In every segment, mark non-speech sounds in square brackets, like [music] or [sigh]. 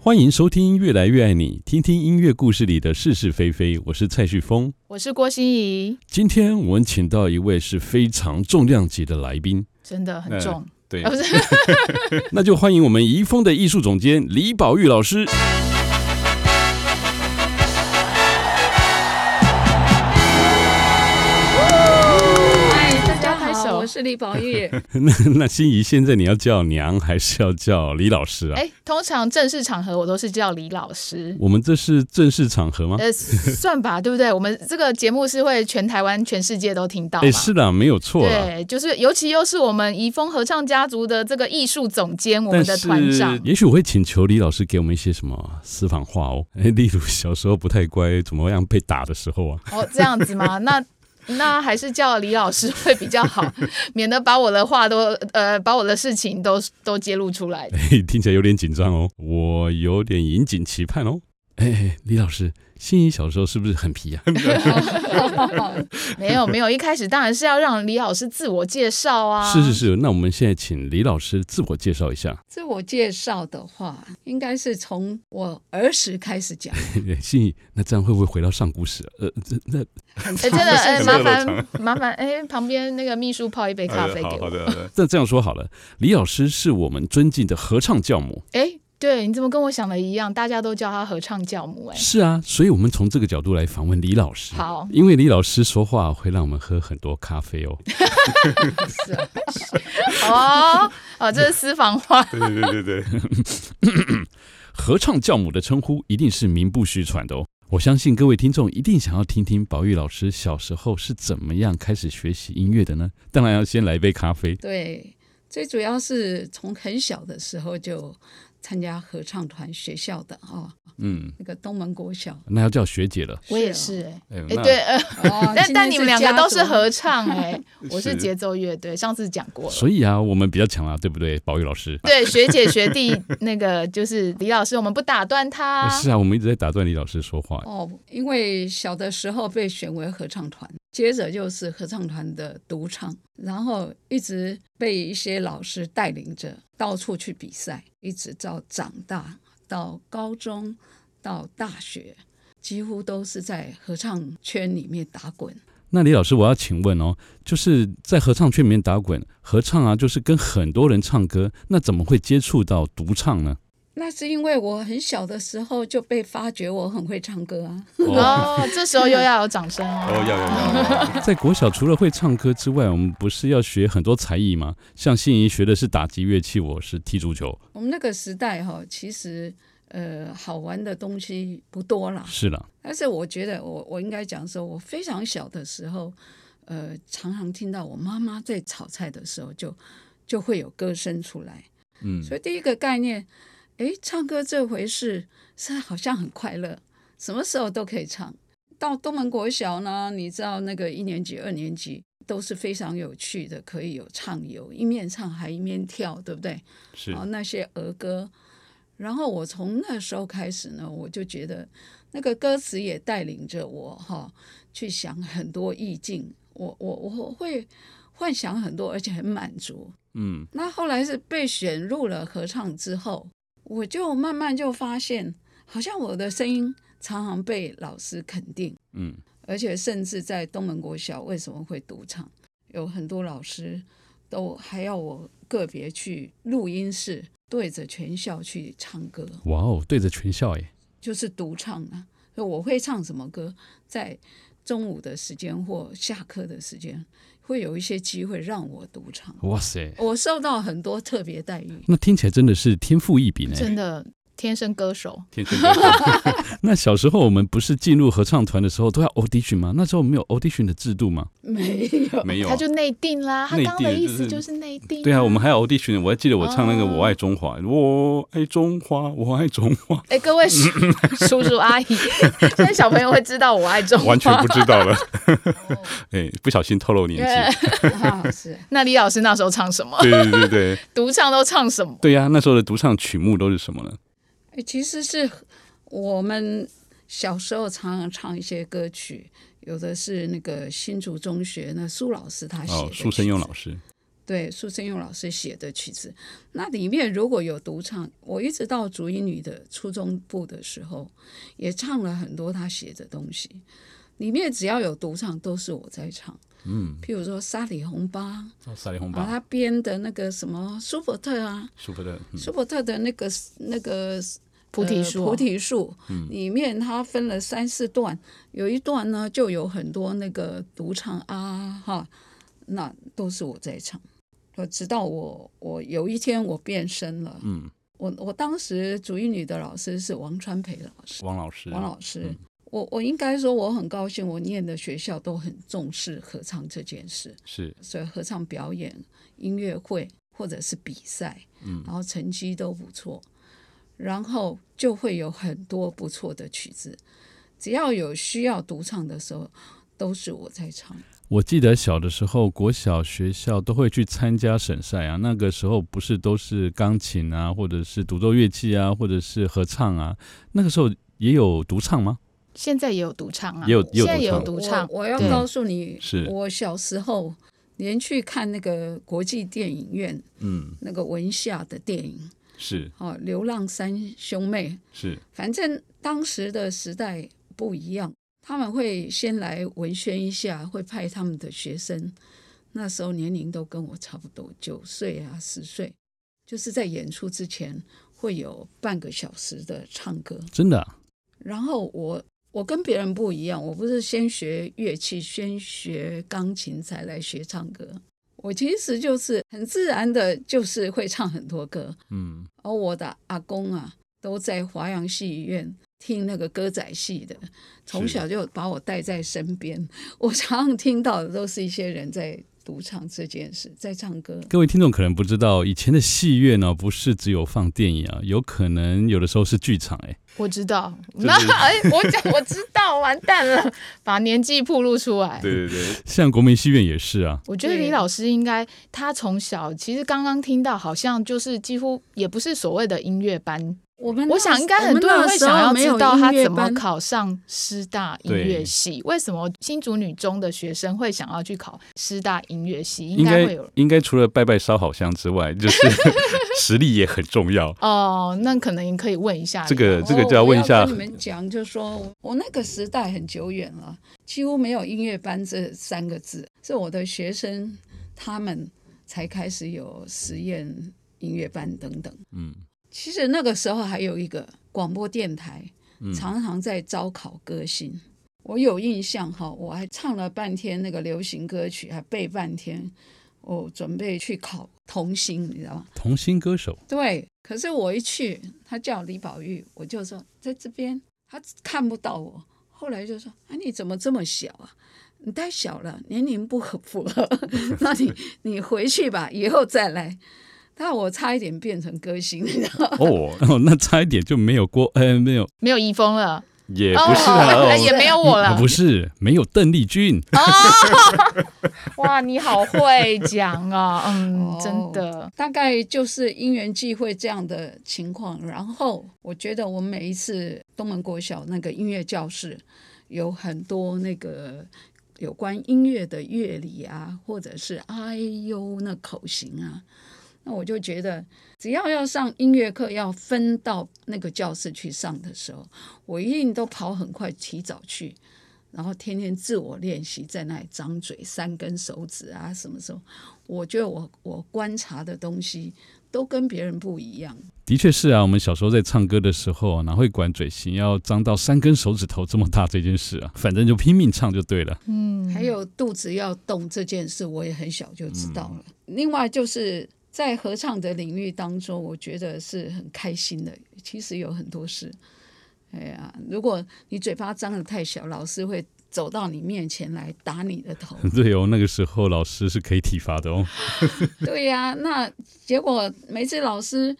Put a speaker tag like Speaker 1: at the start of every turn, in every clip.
Speaker 1: 欢迎收听《越来越爱你》，听听音乐故事里的是是非非。我是蔡旭峰，
Speaker 2: 我是郭心怡，
Speaker 1: 今天我们请到一位是非常重量级的来宾，
Speaker 2: 真的很重。
Speaker 1: 对 [laughs]
Speaker 2: 啊不是
Speaker 1: 那就欢迎我们怡丰的艺术总监李宝玉老师。 [laughs]
Speaker 2: 嗨，大
Speaker 3: 大
Speaker 2: 家
Speaker 3: 家哦
Speaker 2: 拍
Speaker 3: 好，
Speaker 2: 手
Speaker 3: 我。是李宝玉。
Speaker 1: 那那心怡，现在你要叫娘还是要叫李老师啊？
Speaker 2: 哎，通常正式场合我都是叫李老师，
Speaker 1: 我们这是正式场合吗？
Speaker 2: 呃，算吧，对不对？我们这个节目是会全台湾、全世界都听到嘛
Speaker 1: 哎，？是啊的，没有错啦。
Speaker 2: 对，就是尤其又是我们怡丰合唱家族的这个艺术总监，我
Speaker 1: 但
Speaker 2: 们
Speaker 1: 是
Speaker 2: 的团长。
Speaker 1: 也许我会请求李老师给我们一些什么私房话哦，哎例如小时候不太乖，怎么样被打的时候啊，
Speaker 2: 哦，这样子吗？ [laughs] 那那还是叫李老师会比较好，免得把我的话都呃，把我的事情都都揭露出来。
Speaker 1: 嘿，听起来有点紧张哦，我有点引颈期盼哦。哎，李老师，心怡小时候是不是很皮呀、啊
Speaker 2: 没有没有，一开始当然是要让李老师自我介绍啊。
Speaker 1: 是是是，那我们现在请李老师自我介绍一下。 [laughs]
Speaker 3: 自我介绍的话，应该是从我儿时开始讲，
Speaker 1: 心怡，那这样会不会回到上古史啊？呃，这那
Speaker 3: 很
Speaker 2: 哎、
Speaker 3: 长
Speaker 2: [laughs] 真的，哎、
Speaker 3: 时
Speaker 2: 麻
Speaker 3: 间。
Speaker 2: 烦麻烦，哎、旁边那个秘书泡一杯
Speaker 1: 哎
Speaker 2: 咖啡给
Speaker 4: 好
Speaker 2: 我。
Speaker 4: 的，好的。
Speaker 1: [laughs] 那这样说好了，李老师是我们尊敬的合唱教母。
Speaker 2: 哎、对，你怎么跟我想的一样？大家都叫他合唱教母、哎，
Speaker 1: 是啊，所以我们从这个角度来访问李老师。
Speaker 2: 好
Speaker 1: 因为李老师说话会让我们喝很多咖啡哦。
Speaker 3: 啊 [laughs]
Speaker 2: 哦哦，这是私房话。
Speaker 4: 对对对对对，
Speaker 1: [laughs] 合唱教母的称呼一定是名不虚传的哦。我相信各位听众一定想要听听宝玉老师小时候是怎么样开始学习音乐的呢？当然要先来一杯咖啡。
Speaker 3: 对，最主要是从很小的时候就参加合唱团学校的哦，
Speaker 1: 嗯，
Speaker 3: 那个东门国小。
Speaker 1: 那要叫学姐了。
Speaker 2: 我也是、哎、
Speaker 1: 哎
Speaker 2: 哎、对，，呃，
Speaker 3: 哦，哦
Speaker 2: 但但你们两个都是。
Speaker 3: 今天家族
Speaker 2: 合唱、哎，我是
Speaker 4: 是
Speaker 2: 节奏乐队，上次讲过了。
Speaker 1: 所以啊，我们比较强啊，对不对，宝玉老师？
Speaker 2: 对，学姐学弟，那个就是李老师，我们不打断他。
Speaker 1: 是啊，我们一直在打断李老师说话。
Speaker 3: 哦，因为小的时候被选为合唱团，接着就是合唱团的独唱，然后一直被一些老师带领着到处去比赛，一直到长大，到高中，到大学，几乎都是在合唱圈里面打滚。
Speaker 1: 那李老师，我要请问哦，就是在合唱圈里面打滚，合唱啊，就是跟很多人唱歌，那怎么会接触到独唱呢？
Speaker 3: 那是因为我很小的时候就被发觉我很会唱歌啊。
Speaker 2: 哦，这时候又要有掌声
Speaker 4: 哦，
Speaker 2: 哦。
Speaker 4: 要要要
Speaker 1: [laughs]
Speaker 4: 要，
Speaker 1: 在国小除了会唱歌之外，我们不是要学很多才艺吗？像心仪学的是打击乐器，我是踢足球。
Speaker 3: 我们那个时代哈、其实呃好玩的东西不多啦，
Speaker 1: 是了，
Speaker 3: 但是我觉得我我应该讲说，我非常小的时候，呃，常常听到我妈妈在炒菜的时候就就会有歌声出来，
Speaker 1: 嗯，
Speaker 3: 所以第一个概念，诶，唱歌这回事是好像很快乐，什么时候都可以唱。到东门国小呢，你知道那个一年级、二年级都是非常有趣的，可以有唱游，一面唱还一面跳，对不对？
Speaker 1: 是
Speaker 2: 哦
Speaker 3: 啊，那些儿歌。然后我从那时候开始呢，我就觉得那个歌词也带领着我哈，去想很多意境。我我我会幻想很多，而且很满足。
Speaker 1: 嗯，
Speaker 3: 那后来是被选入了合唱之后，我就慢慢就发现，好像我的声音常常被老师肯定，
Speaker 1: 嗯，
Speaker 3: 而且甚至在东门国小为什么会独唱，有很多老师都还要我个别去录音室对着全校去唱歌，
Speaker 1: 哇哦，对着全校哎，
Speaker 3: 就是独唱啊。所以我会唱什么歌，在中午的时间或下课的时间，会有一些机会让我独唱。
Speaker 1: 哇塞，
Speaker 3: 我受到很多特别待遇。
Speaker 1: 那听起来真的是天赋异禀呢。哎
Speaker 2: 真的天生歌手，
Speaker 4: 天生歌手
Speaker 1: [laughs] 那小时候我们不是进入合唱团的时候都要 audition 吗？那时候没有 audition 的制度吗？
Speaker 3: 没有，
Speaker 4: 没有
Speaker 2: 哦他
Speaker 4: 啊，
Speaker 2: 就内定啦。他
Speaker 4: 内
Speaker 2: 刚刚的
Speaker 4: 定
Speaker 2: 意
Speaker 4: 就
Speaker 2: 思
Speaker 4: 是
Speaker 2: 就是内定、
Speaker 1: 对啊，我们还有 audition，我还记得我唱那个《
Speaker 2: 哦
Speaker 1: 我爱中华》，我爱中华，我爱中华，
Speaker 2: 哎，各位叔叔叔阿姨，现在小朋友会知道我爱中华。
Speaker 4: [laughs] 完全不知道
Speaker 3: [laughs]
Speaker 4: 了。哎，不小心透露年纪。
Speaker 2: 对
Speaker 3: 啊是
Speaker 2: [laughs] 那李老师那时候唱什么？
Speaker 4: 对对对
Speaker 3: [laughs]
Speaker 4: 对
Speaker 2: 独唱都唱什么？
Speaker 1: 对呀、那时候的独唱曲目都是什么呢？
Speaker 3: 哎其实是我们小时候常常唱一些歌曲，有的是那个新竹中学那苏老师他
Speaker 1: 哦
Speaker 3: 写的、，
Speaker 1: 苏生用老师，
Speaker 3: 对苏生勇老师写的曲子。那里面如果有独唱，我一直到竹音女的初中部的时候，也唱了很多他写的东西。里面只要有独唱，都是我在唱。
Speaker 4: 嗯，
Speaker 3: 譬如说《沙里红巴》啊，
Speaker 4: 哦萨利红
Speaker 3: 然后
Speaker 4: 吧，
Speaker 3: 他编的那个什么舒伯特啊，
Speaker 4: 舒服的，嗯
Speaker 3: 舒伯特的那个那个
Speaker 2: 菩提树
Speaker 3: 呃
Speaker 2: 哦，
Speaker 3: 菩提树里面它分了三四段，有一段呢就有很多那个独唱啊哈，那都是我在唱。呃，直到我我有一天我变身了，
Speaker 4: 嗯，
Speaker 3: 我我当时主义女的老师是王川培老师，
Speaker 4: 王老
Speaker 1: 啊
Speaker 4: 师，
Speaker 3: 王老师。我我应该说我很高兴，我念的学校都很重视合唱这件事。
Speaker 4: 是
Speaker 3: 所以合唱表演、音乐会或者是比赛，
Speaker 4: 嗯
Speaker 3: 然后成绩都不错，然后就会有很多不错的曲子。只要有需要独唱的时候，都是我在唱。
Speaker 1: 我记得小的时候，国小学校都会去参加省赛啊。那个时候不是都是钢琴啊，或者是独奏乐器啊，或者是合唱啊。那个时候也有独唱吗？
Speaker 2: 现在也有独唱啊，
Speaker 1: 也有也有
Speaker 2: 现在也有
Speaker 1: 独
Speaker 2: 独唱，
Speaker 3: 我我要
Speaker 1: 对
Speaker 3: 告诉你，
Speaker 4: 是
Speaker 3: 我小时候连去看那个国际电影院
Speaker 4: 嗯，
Speaker 3: 那个文夏的电影，
Speaker 4: 是
Speaker 3: 哦，《流浪三兄妹》，
Speaker 4: 是
Speaker 3: 反正当时的时代不一样，他们会先来文宣一下，会派他们的学生，那时候年龄都跟我差不多，九岁啊十岁，就是在演出之前会有半个小时的唱歌。
Speaker 1: 真的啊、
Speaker 3: 然后我我跟别人不一样，我不是先学乐器，先学钢琴才来学唱歌。我其实就是很自然的，就是会唱很多歌，
Speaker 4: 嗯
Speaker 3: 而我的阿公啊，都在华阳戏院听那个歌仔戏的，从小就把我带在身边。我常常听到的都是一些人在独唱这件事，在唱歌。
Speaker 1: 各位听众可能不知道，以前的戏院呢、不是只有放电影啊，有可能有的时候是剧场、哎，
Speaker 2: 我知道。
Speaker 4: 是
Speaker 2: 那哎，我讲我知道，完蛋了，把年纪暴露出来。
Speaker 4: 对对对，
Speaker 1: [laughs] 像国民戏院也是啊。
Speaker 2: 我觉得
Speaker 3: 对
Speaker 2: 李老师应该，他从小其实刚刚听到，好像就是几乎也不是所谓的音乐班。
Speaker 3: 我们那
Speaker 2: 我想应该很多人会想要知道他怎么。考上师大音乐系，为什么新竹女中的学生会想要去考师大音乐系？应
Speaker 4: 应
Speaker 2: 该
Speaker 4: 该
Speaker 2: 会有
Speaker 4: 应该除了拜拜烧好香之外，就是
Speaker 1: [laughs]
Speaker 4: 实力也很重要。
Speaker 2: 哦，那可能你可以问一下
Speaker 4: 这个
Speaker 2: 李老师
Speaker 4: 这个就要问一
Speaker 3: 哦我
Speaker 4: 下
Speaker 3: 跟你们讲，就说我那个时代很久远了，几乎没有音乐班这三个字，是我的学生他们才开始有实验音乐班等等。
Speaker 4: 嗯
Speaker 3: 其实那个时候还有一个广播电台，
Speaker 4: 嗯
Speaker 3: 常常在招考歌星。我有印象哈，我还唱了半天那个流行歌曲，还背半天。我准备去考童星，你知道吗？
Speaker 1: 童星歌手
Speaker 3: 对，可是我一去，他叫李宝玉，我就说在这边，他看不到我。后来就说：“啊，你怎么这么小啊？你太小了，年龄不合符合。 [laughs] 那你你回去吧，以后再来。”但我差一点变成歌星，你知道吗？
Speaker 4: 哦，
Speaker 1: 哦，那差一点就没有郭， [laughs] 呃，没有，
Speaker 2: 没有遗风了，
Speaker 4: 也
Speaker 2: 哦
Speaker 4: 不是
Speaker 2: [laughs]
Speaker 4: 啦，
Speaker 2: 哎
Speaker 4: 哦
Speaker 2: 也没有我了
Speaker 1: 啊、，不是没有邓丽君， [laughs]
Speaker 2: 哇，你好会讲啊，嗯
Speaker 3: [laughs] 哦，
Speaker 2: 真的，
Speaker 3: 大概就是因缘际会这样的情况。然后我觉得我们每一次东门国小那个音乐教室，有很多那个有关音乐的乐理啊，或者是哎呦那口型啊。那我就觉得，只要要上音乐课，要分到那个教室去上的时候，我一定都跑很快，提早去，然后天天自我练习，在那里张嘴、三根手指啊，什么时候？我觉得我我观察的东西都跟别人不一样。
Speaker 1: 的确是啊，我们小时候在唱歌的时候啊，哪会管嘴型要张到三根手指头这么大这件事啊？反正就拼命唱就对了。
Speaker 2: 嗯，
Speaker 3: 还有肚子要动这件事，我也很小就知道了。另外就是在合唱的领域当中，我觉得是很开心的。其实有很多事，哎呀，如果你嘴巴张得太小，老师会走到你面前来打你的头。
Speaker 1: [laughs] 对哦，那个时候老师是可以体罚的哦。
Speaker 3: [laughs] 对呀、那结果每次老师，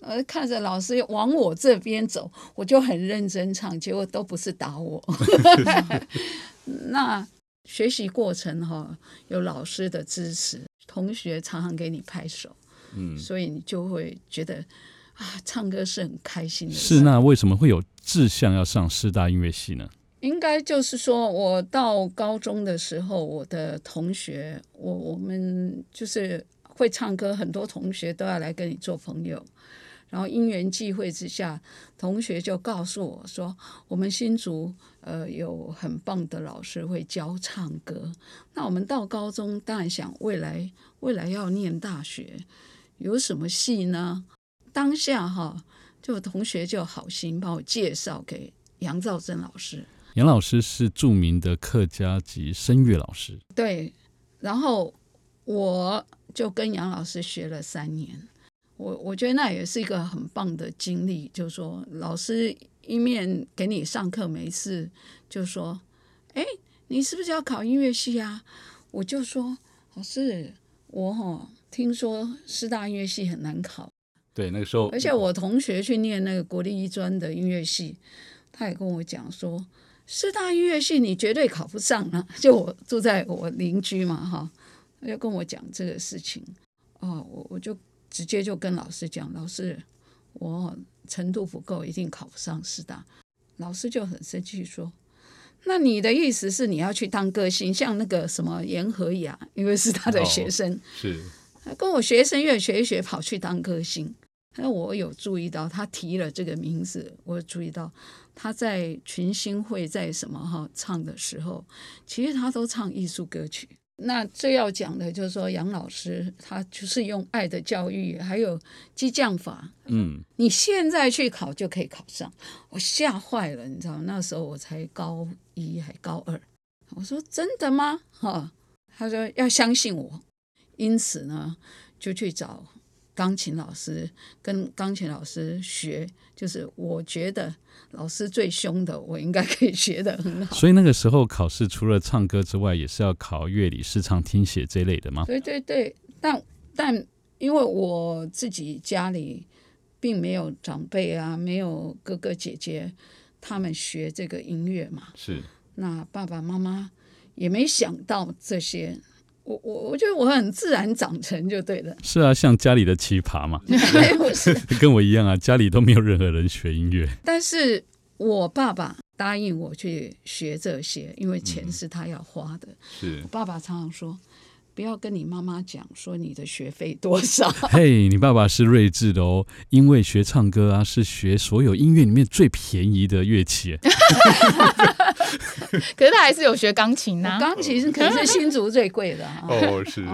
Speaker 3: 呃，看着老师往我这边走，我就很认真唱，结果都不是打我。 [laughs] 那学习过程哈、有老师的支持，同学常常给你拍手，
Speaker 4: 嗯，
Speaker 3: 所以你就会觉得啊，唱歌是很开心的事。
Speaker 1: 是那为什么会有志向要上师大音乐系呢？
Speaker 3: 应该就是说，我到高中的时候，我的同学，我我们就是会唱歌，很多同学都要来跟你做朋友。然后因缘际会之下，同学就告诉我说，我们新竹呃有很棒的老师会教唱歌。那我们到高中，当然想未来未来要念大学，有什么系呢？当下哈，就同学就好心把我介绍给杨兆珍老师。
Speaker 1: 杨老师是著名的客家及声乐老师，
Speaker 3: 对，然后我就跟杨老师学了三年，我我觉得那也是一个很棒的经历，就是说老师一面给你上课没事，就说，哎，你是不是要考音乐系啊？我就说，老师，我哦听说师大音乐系很难考，
Speaker 4: 对，那个时候，
Speaker 3: 而且我同学去念那个国立一专的音乐系，他也跟我讲说，师大音乐系你绝对考不上啊！就我住在我邻居嘛，哈，他就跟我讲这个事情。哦，我我就直接就跟老师讲，老师，我程度不够，一定考不上师大。老师就很生气说。那你的意思是你要去当歌星，像那个什么严和雅，因为是他的学
Speaker 4: 哦
Speaker 3: 生，
Speaker 4: 是
Speaker 3: 他跟我学声乐学一学，跑去当歌星。那我有注意到他提了这个名字，我有注意到他在群星会在什么哈唱的时候，其实他都唱艺术歌曲。那最要讲的就是说，杨老师他就是用爱的教育，还有激将法，
Speaker 1: 嗯，
Speaker 3: 你现在去考就可以考上。我吓坏了，你知道，那时候我才高一还高二。我说真的吗？哈、他说要相信我。因此呢，就去找钢琴老师，跟钢琴老师学，就是我觉得老师最凶的，我应该可以学得很好。
Speaker 1: 所以那个时候考试除了唱歌之外，也是要考乐理、视唱、听写这类的吗？
Speaker 3: 对对对，但但因为我自己家里并没有长辈啊，没有哥哥姐姐，他们学这个音乐嘛，
Speaker 4: 是，
Speaker 3: 那爸爸妈妈也没想到这些。我我我觉得我很自然长成就对了，
Speaker 1: 是啊，像家里的奇葩嘛， [laughs]
Speaker 3: 不是
Speaker 1: 跟我一样啊，家里都没有任何人学音乐，
Speaker 3: 但是我爸爸答应我去学这些，因为钱是他要花的。
Speaker 4: 是
Speaker 3: 我爸爸常常说，不要跟你妈妈讲说你的学费多少。
Speaker 1: 嘿，你爸爸是睿智的哦，因为学唱歌啊是学所有音乐里面最便宜的乐器，
Speaker 2: 可是他还是有学钢琴呐、
Speaker 3: 我钢琴是可能是新竹最贵的啊。
Speaker 4: 哦，是是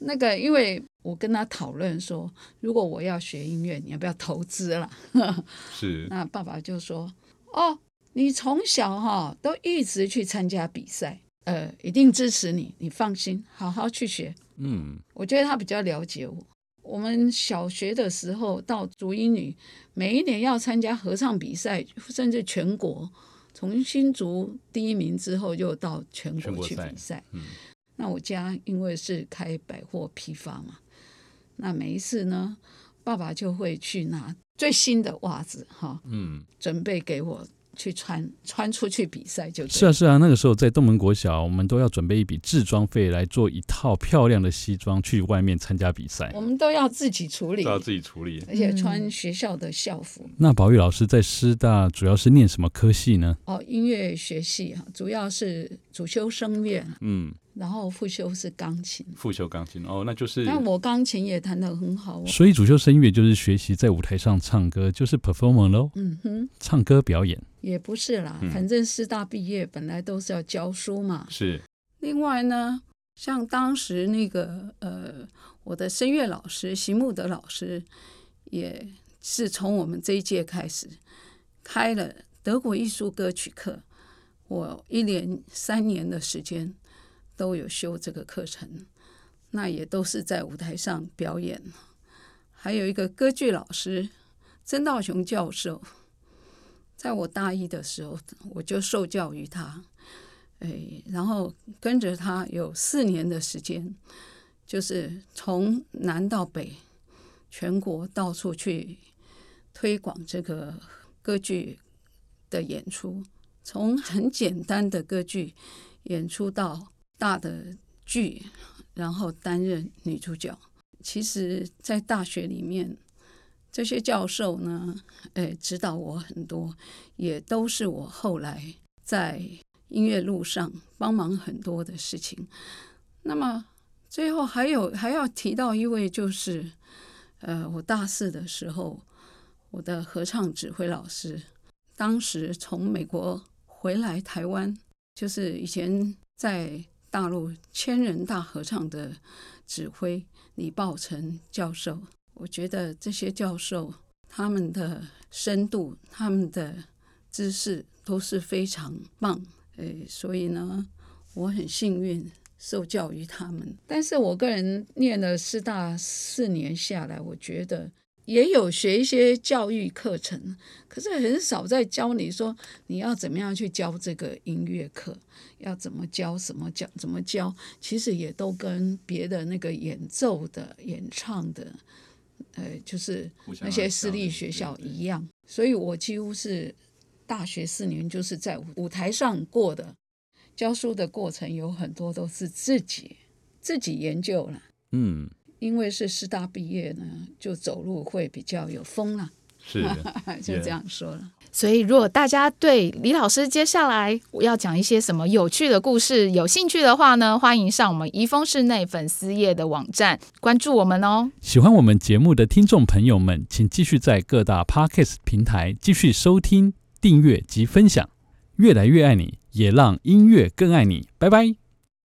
Speaker 3: 那个，因为我跟他讨论说，如果我要学音乐，你要不要投资啦？ [laughs]
Speaker 4: 是，
Speaker 3: 那爸爸就说：“哦，你从小哈、都一直去参加比赛，呃，一定支持你，你放心，好好去学。”
Speaker 1: 嗯，
Speaker 3: 我觉得他比较了解我。我们小学的时候到竹英女，每一年要参加合唱比赛，甚至全国。从新竹第一名之后，又到全
Speaker 4: 全
Speaker 3: 国
Speaker 4: 国
Speaker 3: 去
Speaker 4: 赛
Speaker 3: 比赛。
Speaker 4: 嗯
Speaker 3: 那我家因为是开百货批发嘛，那每一次呢，爸爸就会去拿最新的袜子哈，
Speaker 1: 嗯，
Speaker 3: 准备给我去穿，穿出去比赛就对
Speaker 1: 是
Speaker 3: 了
Speaker 1: 啊是啊，那个时候在东门国小，我们都要准备一笔制装费来做一套漂亮的西装去外面参加比赛
Speaker 3: 我。们都要自己处理
Speaker 4: 都，要自己处理，
Speaker 3: 而且穿学校的校服。
Speaker 1: 那宝玉老师在师大主要是念什么科系呢？
Speaker 3: 哦，音乐学系哈，主要是主修声乐，
Speaker 4: 嗯，
Speaker 3: 然后副修是钢琴。
Speaker 4: 复修钢琴，哦，那就是
Speaker 3: 但我钢琴也弹得很好哦。
Speaker 1: 所以主修声乐就是学习在舞台上唱歌，就是 performer 喽，
Speaker 3: 嗯哼，
Speaker 1: 唱歌表演。
Speaker 3: 也不是啦，反正师大毕业本来都是要教书嘛。
Speaker 4: 是
Speaker 3: 另外呢，像当时那个呃，我的声乐老师席慕德老师，也是从我们这一届开始开了德国艺术歌曲课，我一连三年的时间都有修这个课程，那也都是在舞台上表演。还有一个歌剧老师曾道雄教授，在我大一的时候，我就受教于他。哎，然后跟着他有四年的时间，就是从南到北，全国到处去推广这个歌剧的演出，从很简单的歌剧演出到大的剧，然后担任女主角。其实，在大学里面，这些教授呢，哎，指导我很多，也都是我后来在音乐路上帮忙很多的事情。那么最后还有还要提到一位，就是呃，我大四的时候，我的合唱指挥老师，当时从美国回来台湾，就是以前在大陆千人大合唱的指挥李抱成教授。我觉得这些教授他们的深度、他们的知识都是非常棒，诶，所以呢，我很幸运受教于他们。但是我个人念了师大四年下来，我觉得也有学一些教育课程，可是很少在教你说你要怎么样去教这个音乐课，要怎么教、什么教、怎么教，其实也都跟别的那个演奏的、演唱的。呃，就是
Speaker 1: 互相
Speaker 3: 那些
Speaker 1: 要
Speaker 3: 私
Speaker 1: 教
Speaker 3: 立
Speaker 1: 育
Speaker 3: 学
Speaker 1: 对
Speaker 3: 校
Speaker 1: 对
Speaker 3: 一样，所以我几乎是大学四年就是在舞舞台上过的。教书的过程有很多都是自己自己研究了，
Speaker 1: 嗯，
Speaker 3: 因为是师大毕业呢，就走路会比较有风了， [laughs]
Speaker 4: 是
Speaker 3: 就
Speaker 4: Yeah
Speaker 3: 这样说了。
Speaker 2: 所以，如果大家对李老师接下来要讲一些什么有趣的故事有兴趣的话呢，欢迎上我们怡丰室内粉丝页的网站关注我们哦。
Speaker 1: 喜欢我们节目的听众朋友们，请继续在各大 Podcast 平台继续收听、订阅及分享。越来越爱你，也让音乐更爱你。拜拜。